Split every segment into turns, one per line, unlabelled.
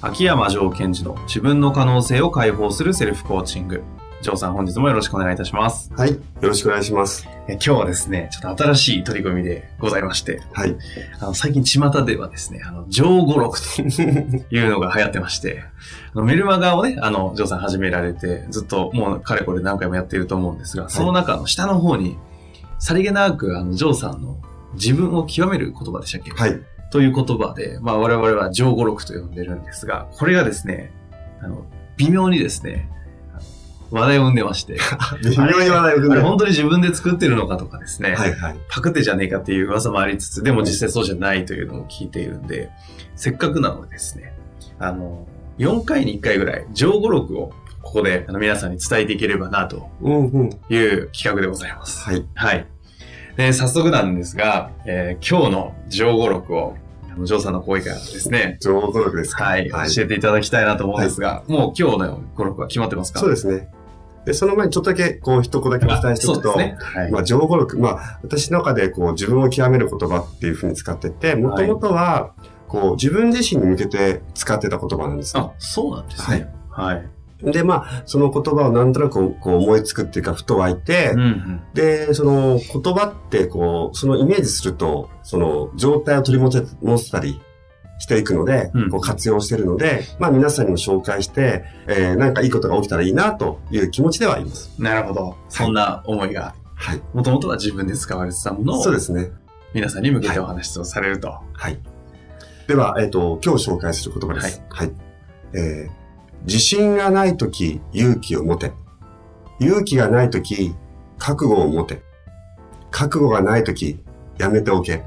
秋山城賢治の自分の可能性を解放するセルフコーチング。城さん本日もよろしくお願いいたします。
はい。よろしくお願いします。
え今日はですね、ちょっと新しい取り組みでございまして、
はい。
あの最近巷ではですね、あの、上語録というのが流行ってまして、あのメルマガをね、あの、城さん始められて、ずっともうかれこれ何回もやっていると思うんですが、その中の下の方に、さりげなく、あの、城さんの自分を極める言葉でしたっけ
はい。
という言葉で、まあ我々は上語録と呼んでるんですが、これがですね、あの、微妙にですね、あの話題を生んでまして、
微妙に話題を組
あ
ん
れ
で
本当に自分で作ってるのかとかですね、
はいはい。
パクってじゃねえかっていう噂もありつつ、でも実際そうじゃないというのを聞いているんで、せっかくなのでですね、あの、4回に1回ぐらい上語録をここであの皆さんに伝えていければなと
うんうん。
いう企画でございます。
はい。
はい。で、早速なんですが、えー今日の上語録を、あの、ジョーさんの声からですね、
情報登録ですか
はい、教えていただきたいなと思うんですが、もう今日の語録は決まってますか
そう
で
ですね。で、その前にちょっとだけ、こう、一言だけお伝えしてお
そう
く
で
と、
すね。はい。
まあ、情報録、まあ、私の中で、こう、自分を極める言葉っていうふうに使ってて、もともとは、こう、自分自身に向けて使ってた言葉なんですね。
あ、そうなんですね。はい。はい。
で、まあ、その言葉をなんとなく、こう、思いつくっていうか、ふと湧いて、
うんうん。
で、その言葉って、こう、そのイメージすると、その状態を取り戻せ戻せたりしていくので、
うん
こう活用してるので、まあ皆さんにも紹介して、えーなんかいいことが起きたらいいなという気持ちではいます。
なるほど。そんな思いが、
はい。
もともとは自分で使われてたものを
そう、ですね。
皆さんに向けてお話をされると。
はい。では、えっ、と、今日紹介する言葉です。はい。えー自信がないとき、勇気を持て。勇気がないとき、覚悟を持て。覚悟がないとき、やめておけ。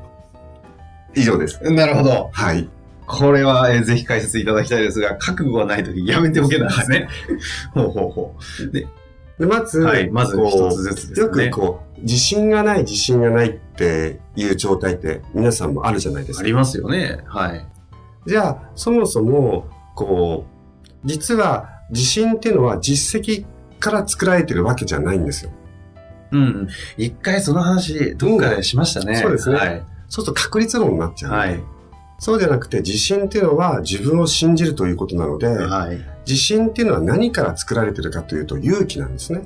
以上です。
なるほど。
はい。
これは、えーぜひ解説いただきたいですが、覚悟がないときやめておけなんですね。 ほうほうほ
でまず、
う。はい。まず
こう
一つずつですね。
よくこう、自信がない、自信がないっていう状態って皆さんもあるじゃないです
あ
か。
りますよね。はい。
じゃあ、そもそも、こう、実は自信っていうのは実績から作られてるわけじゃないんですよ。
うん。一回その話、どっかでしましたね。
うんそうですね
はい。
そうすると確率論になっちゃう。
はい。
そうじゃなくて、自信っていうのは自分を信じるということなので、
はい。う
自信っていうのは何から作られてるかというと勇気なんですね。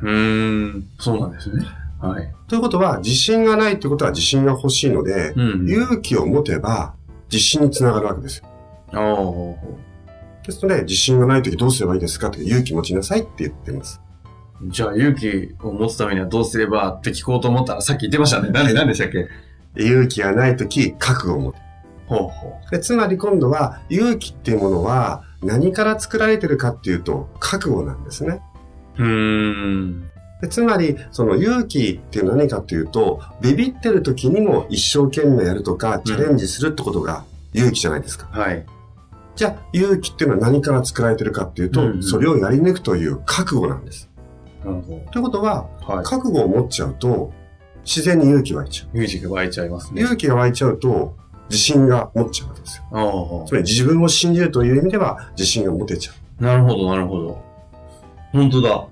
ーん。そうなんですね。はい。
ということは、自信がないということは自信が欲しいので、
うん。
勇気を持てば自信につながるわけですよ
おー
ですので、自信がないときどうすればいいですかって勇気持ちなさいって言ってます。
じゃあ、勇気を持つためにはどうすればって聞こうと思ったら、さっき言ってましたね。なんで、なんでしたっけ
勇気がないとき、覚悟を持て
ほうほ
で。つまり今度は、勇気っていうものは何から作られてるかっていうと、覚悟なんですね。
う。うーん。
でつまり、その勇気っていうのは何かっていうと、ビビってる時にも一生懸命やるとか、チャレンジするってことが勇気じゃないですか。
はい。
じゃあ、勇気っていうのは何から作られてるかっていうと、
うんうん
それをやり抜くという覚悟なんです。
なるほ
ということは、
ど。はい。
覚悟を持っちゃうと、自然に勇気湧いちゃう。
ミュージック湧いちゃいますね。
勇気が湧いちゃうと、自信が持っちゃうわけですよ。
お
つまり自分を信じるという意味では、自信が持てちゃう。
なるほど、なるほど。本当だ。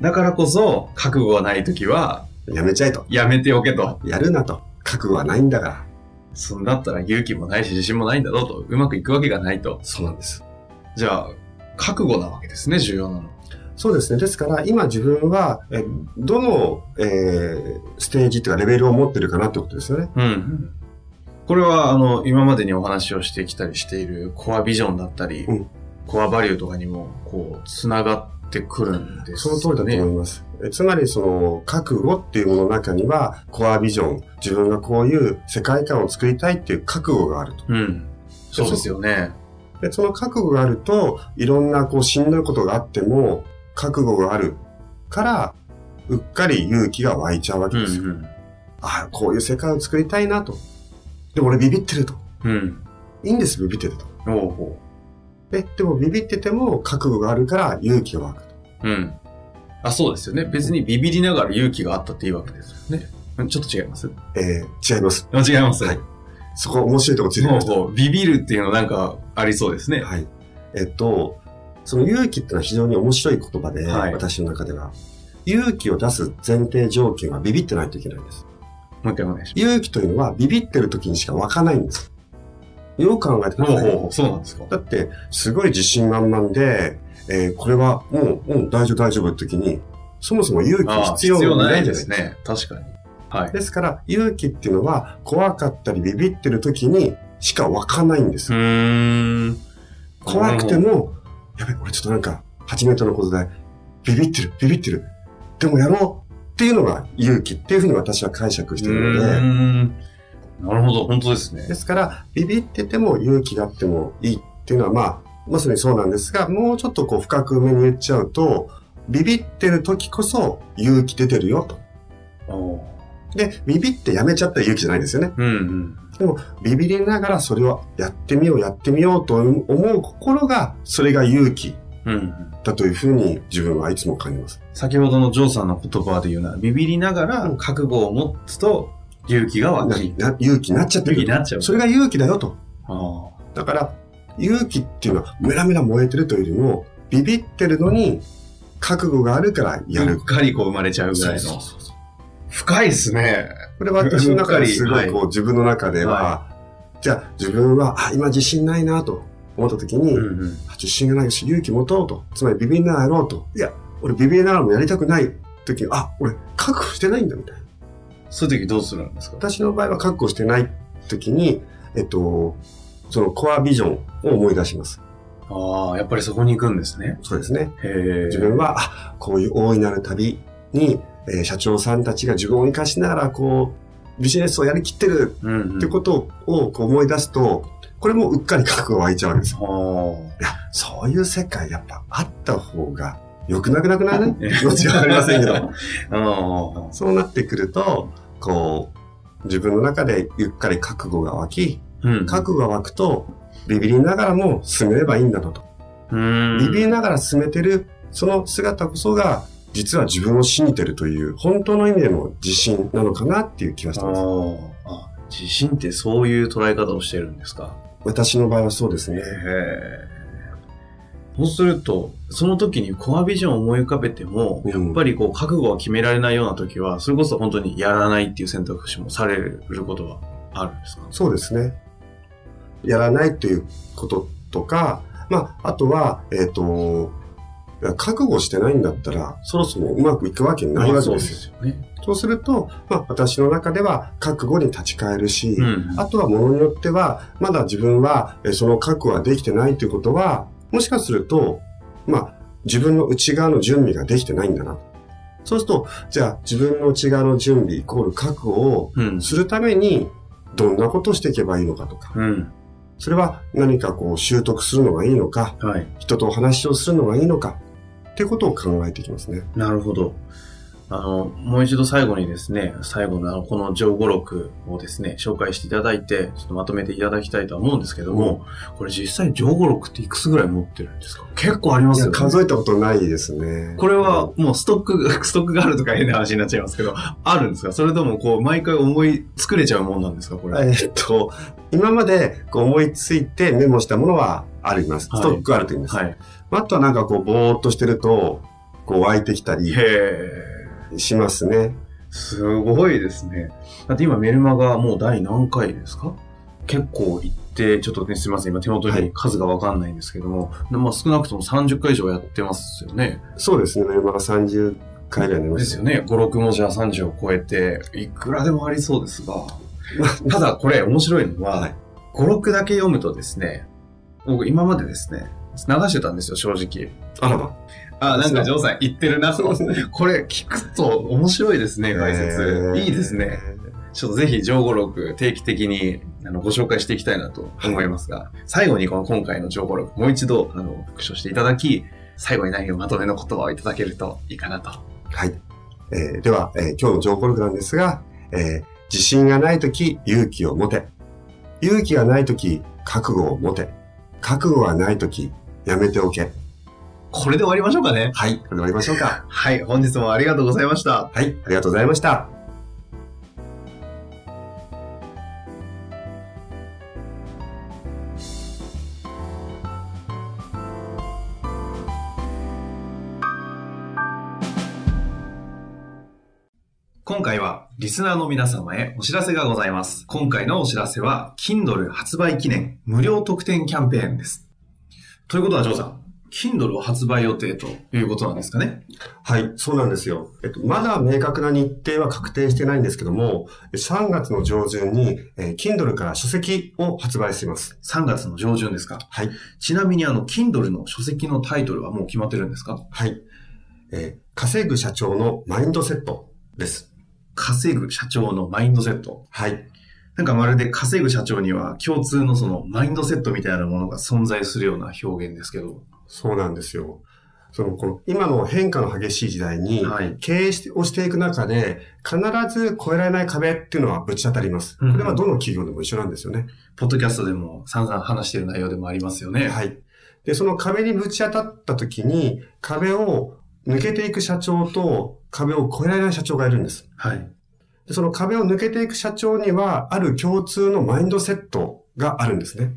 だからこそ、覚悟がないときは、
やめちゃえと。
やめておけと。
やるなと。覚悟はないんだから。
そうなったら勇気もないし自信もないんだろうと、うまくいくわけがないと。
そうなんです。
じゃあ、覚悟なわけですね、重要なの。
そうですね。ですから、今自分は、えどの、えーステージというかレベルを持ってるかなってことですよね。
うん。これは、あの、今までにお話をしてきたりしているコアビジョンだったり、
うん
コアバリューとかにも、こう、つながってくるんです、ね。
その通りだと思います。えつまり、その、覚悟っていうものの中には、コアビジョン、自分がこういう世界観を作りたいっていう覚悟があると。
うん。そうですよね。
で、その覚悟があると、いろんなこうしんどいことがあっても、覚悟があるから、うっかり勇気が湧いちゃうわけ
うん
ですよ。ああ、こういう世界を作りたいなと。でも俺ビビってると。
うん。うん。
いいんです、ビビっててと。
おうほ
で、でもビビってても覚悟があるから勇気が湧くと。
う。うん。あ、そうですよね。別にビビりながら勇気があったっていいわけですよね。うんちょっと違います
えー、違います。
あ違います。
はいそこ面白いとこついて
ほ
ま
う
した。
ほう。ビビるっていうのなんかありそうですね。
はい。えっと、その勇気ってのは非常に面白い言葉で、
はい
私の中では。勇気を出す前提条件はビビってないといけないんです。
もう一回お願いし
勇気というのはビビってる時にしか湧かないんです。よく考えてく
ます。
だ
ほうほう
さい。
ほう。そうなんですか。
だって、すごい自信満々で、えーこれはもう、うん、大丈夫大丈夫って時に、そもそも勇
あ
気
ー
必要
な
ない
い
じ
で
ゃないです
す
か。
ね。確かに。はい。
ですから、勇気っていうのは怖かったりビビってる時にしか湧かないんです
う。ーん。
怖くても、やべ、俺ちょっとなんか、8メートルのことで、ビビってる、ビビってる。でもやろうっていうのが勇気っていうふうに私は解釈して
う
る
ー
の
ん。なるほど、本当です
で、
ね
で。すから、ビビってても勇気があってもいいっていうのは、まあ、まさにそうなんですが、もうちょっとこう深く上に言っちゃうと、ビビってる時こそ勇気出てるよと。
おー
で、ビビってやめちゃったら勇気じゃないですよね。
うんうん。
ビビりながらそれをやってみよう、やってみようと思う心が、それが勇気
うんうん。
だというふうに自分はいつも感じます。
先ほどのジョーさんの言葉で言うなら、ビビりながら
うん
覚悟を持つと勇気が湧き、
なな勇気になっちゃって
勇気に
る。
なっちゃう。
それが勇気だよと。
あー
だから、勇気っていうのは、メラメラ燃えてるというよりも、ビビってるのに、覚悟があるからや
うっ
る。
かりこう生まれちゃうぐらい
そう
の
そうそうそう
深いですね
これ私の中ですご
はいい
こう、自分の中では、じゃあ自分は、あ、今自信ないなと思った時に、
うんうん
あ自信がないし、勇気持とうと。つまりビビりながらやろうと。いや、俺ビビりながらもやりたくない時に、あ、俺覚悟してないんだみたいな。
そういう時どうするんですか
私の場合は覚悟してない時に、えっと、そのコアビジョンを思い出します。
ああやっぱりそこに行くんですね
そうですね。
へえ
自分は、あ、こういう大いなる旅に、えー社長さんたちが自分を生かしながら、こう、ビジネスをやりきってる
うんうん
ってことをこう思い出すと、これもうっかり覚悟が湧いちゃうんですよ。
あ
いや、そういう世界やっぱあった方が良くなくな くないね
え
気持ちはありません けど。
ーあ
そうなってくると、こう、自分の中でゆっかり覚悟が湧き、
ーうん
覚悟が湧くと、ビビりながらも進めればいいんだなと。
うん
ビビりながら進めてる、その姿こそが、実は自分を信じてるという、本当の意味での自信なのかなっていう気がしてます。
あーあ自信ってそういう捉え方をしてるんですか
私の場合はそうですね。
へえそうするとその時にコアビジョンを思い浮かべても
や
やっぱりこう覚悟は決められないような時はそれこそ本当にやらないっていう選択肢もされることはあるんですか
そうですね。やらないということとか、まあ、あとは、えっ、と、覚悟してないんだったら、そろそろうまくいくわけないわけ
そう
で
です
よ。
すよね。
そうすると、まあ、私の中では覚悟に立ち返るし、
うん。
あとはものによっては、まだ自分はえーその覚悟ができてないということは、もしかすると、まあ、自分の内側の準備ができてないんだな。そうすると、じゃあ自分の内側の準備イコール覚悟を
うん。
するために、どんなことをしていけばいいのかとか、
うん。
それは何かこう習得するのがいいのか、
はい。
人とお話をするのがいいのか、っていうことを考えていきますね。
なるほど。あの、もう一度最後にですね、最後のあのこの上五六をですね、紹介していただいて、ちょっとまとめていただきたいとは思うんですけども、これ実際上五六っていくつぐらい持ってるんですか結構ありま
い
すよ
や、
ね。
数えたことないですね。
これはもうストックが、ス トックがあるとか変な話になっちゃいますけど、あるんですかそれともこう、毎回思い、作れちゃうもんなんですかこれ。
えーっと、今までこう思いついてメモしたものはあります。
はい
ストックあると言います。
はい。
あとはなんかこう、ぼーっとしてると、こう湧いてきたり
へえ。
しますね。
すごいですね。だって今メルマがもう第何回ですか結構行って、ちょっとね、すみません。今手元に数がわかんないんですけども、でまあ少なくとも30回以上やってますよね。
そうですね。メルマガ30回ぐらいになりま
ですすよね。5、6もじゃあ30を超えて、いくらでもありそうですが。ただこれ面白いのは、
はい
5、6だけ読むとですね、僕今までですね、流してたんですよ、正直。
あらば。
あ、なんかジョーさん 言ってるなと。これ聞くと面白いですね、解説。いいですね。。ちょっとぜひ上五六定期的にあのご紹介していきたいなと思いますが、最後にこの今回の上五六もう一度あの復唱していただき、最後に何をまとめの言葉をいただけるといいかなと。
はい。えーでは、えー今日の情報録なんですが、えー自信がないとき勇気を持て。勇気がないとき覚悟を持て。覚悟がないときやめておけ。
これで終わりましょうかね。
はい。これで終わりましょうか。
はい、本日もありがとうございました。
はい。ありがとうございました。
今回はリスナーの皆様へお知らせがございます。今回のお知らせは Kindle 発売記念無料特典キャンペーンです。ということは、ジョーさん、Kindle を発売予定ということなんですかね
はい、そうなんですよ。えっと、まだ明確な日程は確定してないんですけども、3月の上旬に、えー Kindle から書籍を発売します。
?3 月の上旬ですか
はい。
ちなみにあの、Kindle の書籍のタイトルはもう決まってるんですか
はい。えー稼ぐ社長のマインドセットです。
稼ぐ社長のマインドセット。
はい。
なんかまるで稼ぐ社長には共通のそのマインドセットみたいなものが存在するような表現ですけど。
そうなんですよ。その、この、今の変化の激しい時代に、
はい。
経営してをしていく中で、必ず越えられない壁っていうのはぶち当たります。こ
うん
れはどの企業でも一緒なんですよね。
ポッドキャストでも散々話してる内容でもありますよね。
はい。で、その壁にぶち当たった時に、壁を抜けていく社長と壁を越えられない社長がいるんです。
はい。
で、その壁を抜けていく社長には、ある共通のマインドセットがあるんですね。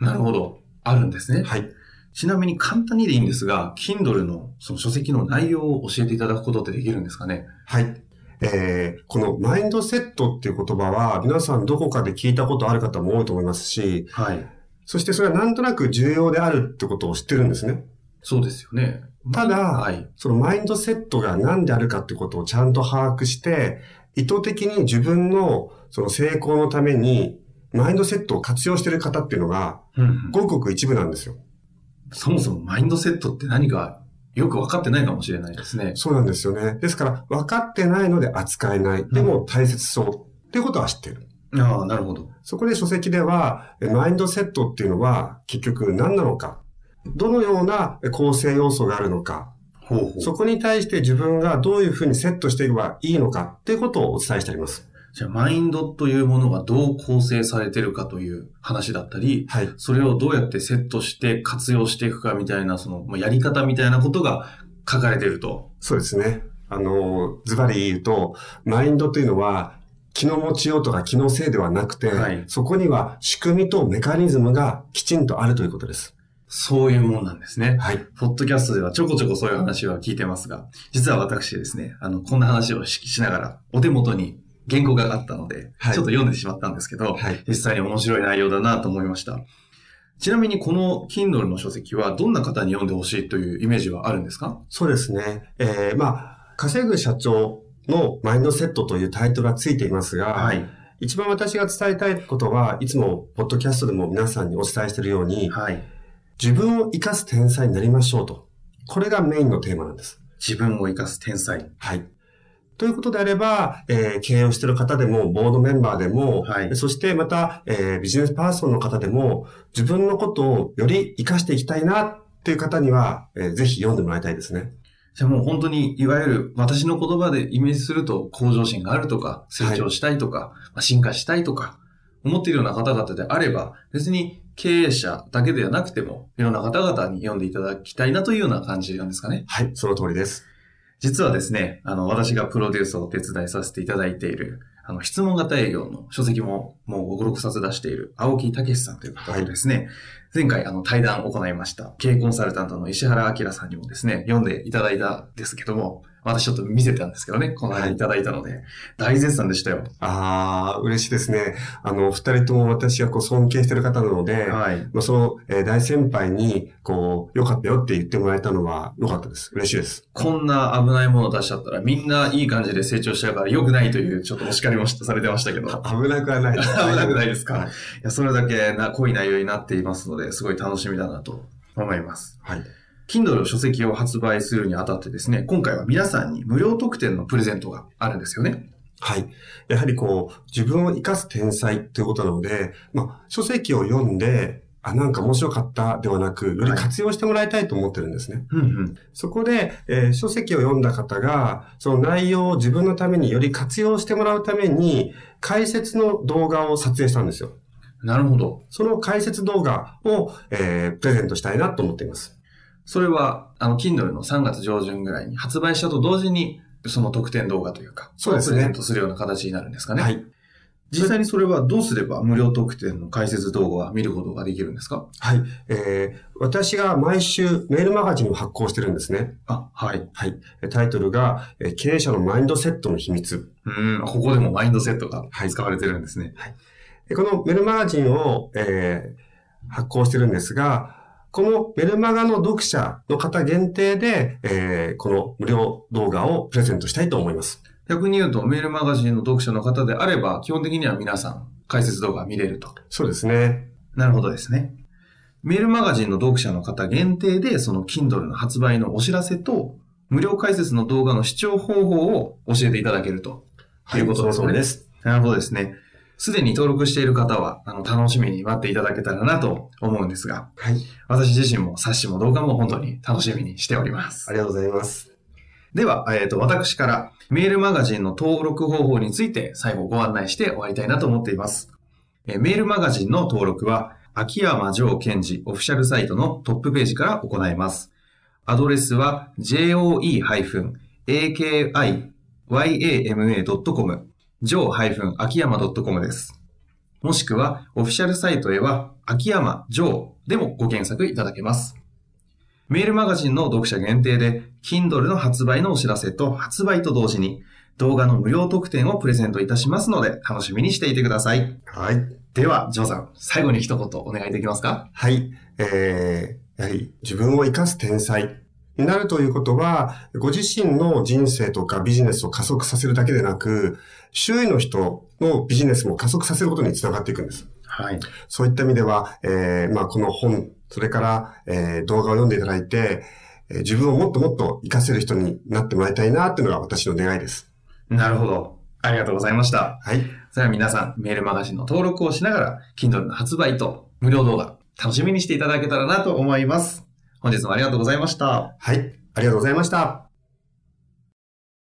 なるほど。あるんですね。
はい。
ちなみに簡単にでいいんですが、Kindle のその書籍の内容を教えていただくことってできるんですかね
はい。えーこのマインドセットっていう言葉は、皆さんどこかで聞いたことある方も多いと思いますし、
はい。
そしてそれはなんとなく重要であるってことを知ってるんですね。
そうですよね。
ただ
はい。
そのマインドセットが何であるかってことをちゃんと把握して、意図的に自分のその成功のために、マインドセットを活用している方っていうのが、
うんうん
ごくごく一部なんですよ。
そもそもマインドセットって何かよく分かってないかもしれないですね。
そうなんですよね。ですから、分かってないので扱えない。でも大切そう。っていうことは知ってる。
ああ、なるほど。
そこで書籍では、えマインドセットっていうのは、結局何なのか。どのようなえ構成要素があるのか。
ほうほう。
そこに対して自分がどういうふうにセットしていけばいいのかっていうことをお伝えしてあります。
じゃあ、マインドというものがどう構成されてるかという話だったり、
はい。
それをどうやってセットして活用していくかみたいな、その、まあやり方みたいなことが書かれてると。
そうですね。あの、ズバリ言うと、マインドというのは、気の持ちようとか気のせいではなくて、
はい
そこには仕組みとメカニズムがきちんとあるということです。
そういうもんなんですね。
はい。
ポッドキャストではちょこちょこそういう話は聞いてますが、実は私ですね、あの、こんな話をししながら、お手元に原稿があったので、
はい
ちょっと読んでしまったんですけど、
はい。
実際に面白い内容だなと思いました。ちなみにこの Kindle の書籍はどんな方に読んでほしいというイメージはあるんですか
そうですね。えー、まあ、稼ぐ社長のマインドセットというタイトルがついていますが、
はい。
一番私が伝えたいことは、いつも、ポッドキャストでも皆さんにお伝えしているように、
はい。
自分を生かす天才になりましょうと。これがメインのテーマなんです。
自分を生かす天才。
はい。ということであれば、えー経営をしている方でも、ボードメンバーでも、
はい
そしてまた、えービジネスパーソンの方でも、自分のことをより活かしていきたいなっていう方には、えーぜひ読んでもらいたいですね。
じゃあもう本当に、いわゆる私の言葉でイメージすると、向上心があるとか、成長したいとか、まあ進化したいとか、思っているような方々であれば、別に経営者だけではなくても、いろんな方々に読んでいただきたいなというような感じなんですかね。
はい、その通りです。
実はですね、あの、私がプロデュースをお手伝いさせていただいている、あの、質問型営業の書籍ももう5、6冊出している、青木武さんという方がですね、前回あの対談を行いました、経営コンサルタントの石原明さんにもですね、読んでいただいたんですけども、私ちょっと見せたんですけどね、この間いただいたので、大絶賛でしたよ。
ああ、嬉しいですね。あの、二人とも私がこう尊敬してる方なので、
はい。
まあ、その、えー大先輩に、こう、良かったよって言ってもらえたのは良かったです。嬉しいです。
こんな危ないものを出しちゃったら、みんないい感じで成長しちゃうから良くないという、ちょっとお叱りもしされてましたけど。
危なくはないです。
危なくないですか
はい。
いや、それだけな濃い内容になっていますので、すごい楽しみだなと思います。
はい。
Kindle 書籍を発売するにあたってですね、今回は皆さんに無料特典のプレゼントがあるんですよね。
はい。やはりこう、自分を生かす天才ということなので、まあ、書籍を読んで、あ、なんか面白かったではなく、より活用してもらいたいと思ってるんですね。
うんうん。
そこで、えー書籍を読んだ方が、その内容を自分のためにより活用してもらうために、解説の動画を撮影したんですよ。
なるほど。
その解説動画を、えープレゼントしたいなと思っています。
それは、あの、Kindle の3月上旬ぐらいに発売したと同時に、その特典動画というか、
そうですね
プレゼントするような形になるんですかね。
はい。
実際にそれはどうすれば無料特典の解説動画は見ることができるんですか
はい。えー私が毎週メールマガジンを発行してるんですね。
あ、はい。
はい。えタイトルが、えー経営者のマインドセットの秘密。
うん、ここでもマインドセットが
はい
使われてるんですね。
でこのメールマガジンを、えー発行してるんですが、このメルマガの読者の方限定で、えーこの無料動画をプレゼントしたいと思います。
逆に言うと、メールマガジンの読者の方であれば、基本的には皆さん解説動画見れると。
そうですね。
なるほどですね。メールマガジンの読者の方限定で、その Kindle の発売のお知らせと、無料解説の動画の視聴方法を教えていただけると。ということですね
その通りです。
なるほどですね。すでに登録している方は、あの、楽しみに待っていただけたらなと思うんですが、
はい。
私自身も冊子も動画も本当に楽しみにしております
あ。りがとうございます。
では、えっ、と、私からメールマガジンの登録方法について最後ご案内して終わりたいなと思っています。えーメールマガジンの登録は、秋山城賢治オフィシャルサイトのトップページから行います。アドレスは joe-akiyama.com、joe-akiyama.com です。もしくは、オフィシャルサイトへは、秋山城でもご検索いただけます。メールマガジンの読者限定で、Kindle の発売のお知らせと発売と同時に、動画の無料特典をプレゼントいたしますので、楽しみにしていてください。
はい。
では、ジョーさん、最後に一言お願いできますか
はい。えー、やはり自分を生かす天才になるということは、ご自身の人生とかビジネスを加速させるだけでなく、周囲の人のビジネスも加速させることにつながっていくんです。
はい。
そういった意味では、えー、まあこの本、それから、えー動画を読んでいただいて、えー自分をもっともっと活かせる人になってもらいたいなっていうのが私の願いです。
なるほど。ありがとうございました。
は
そ
い。
れでは皆さん、メールマガジンの登録をしながら、Kindle の発売と無料動画、楽しみにしていただけたらなと思います。本日もありがとうございました。
はい。ありがとうございました。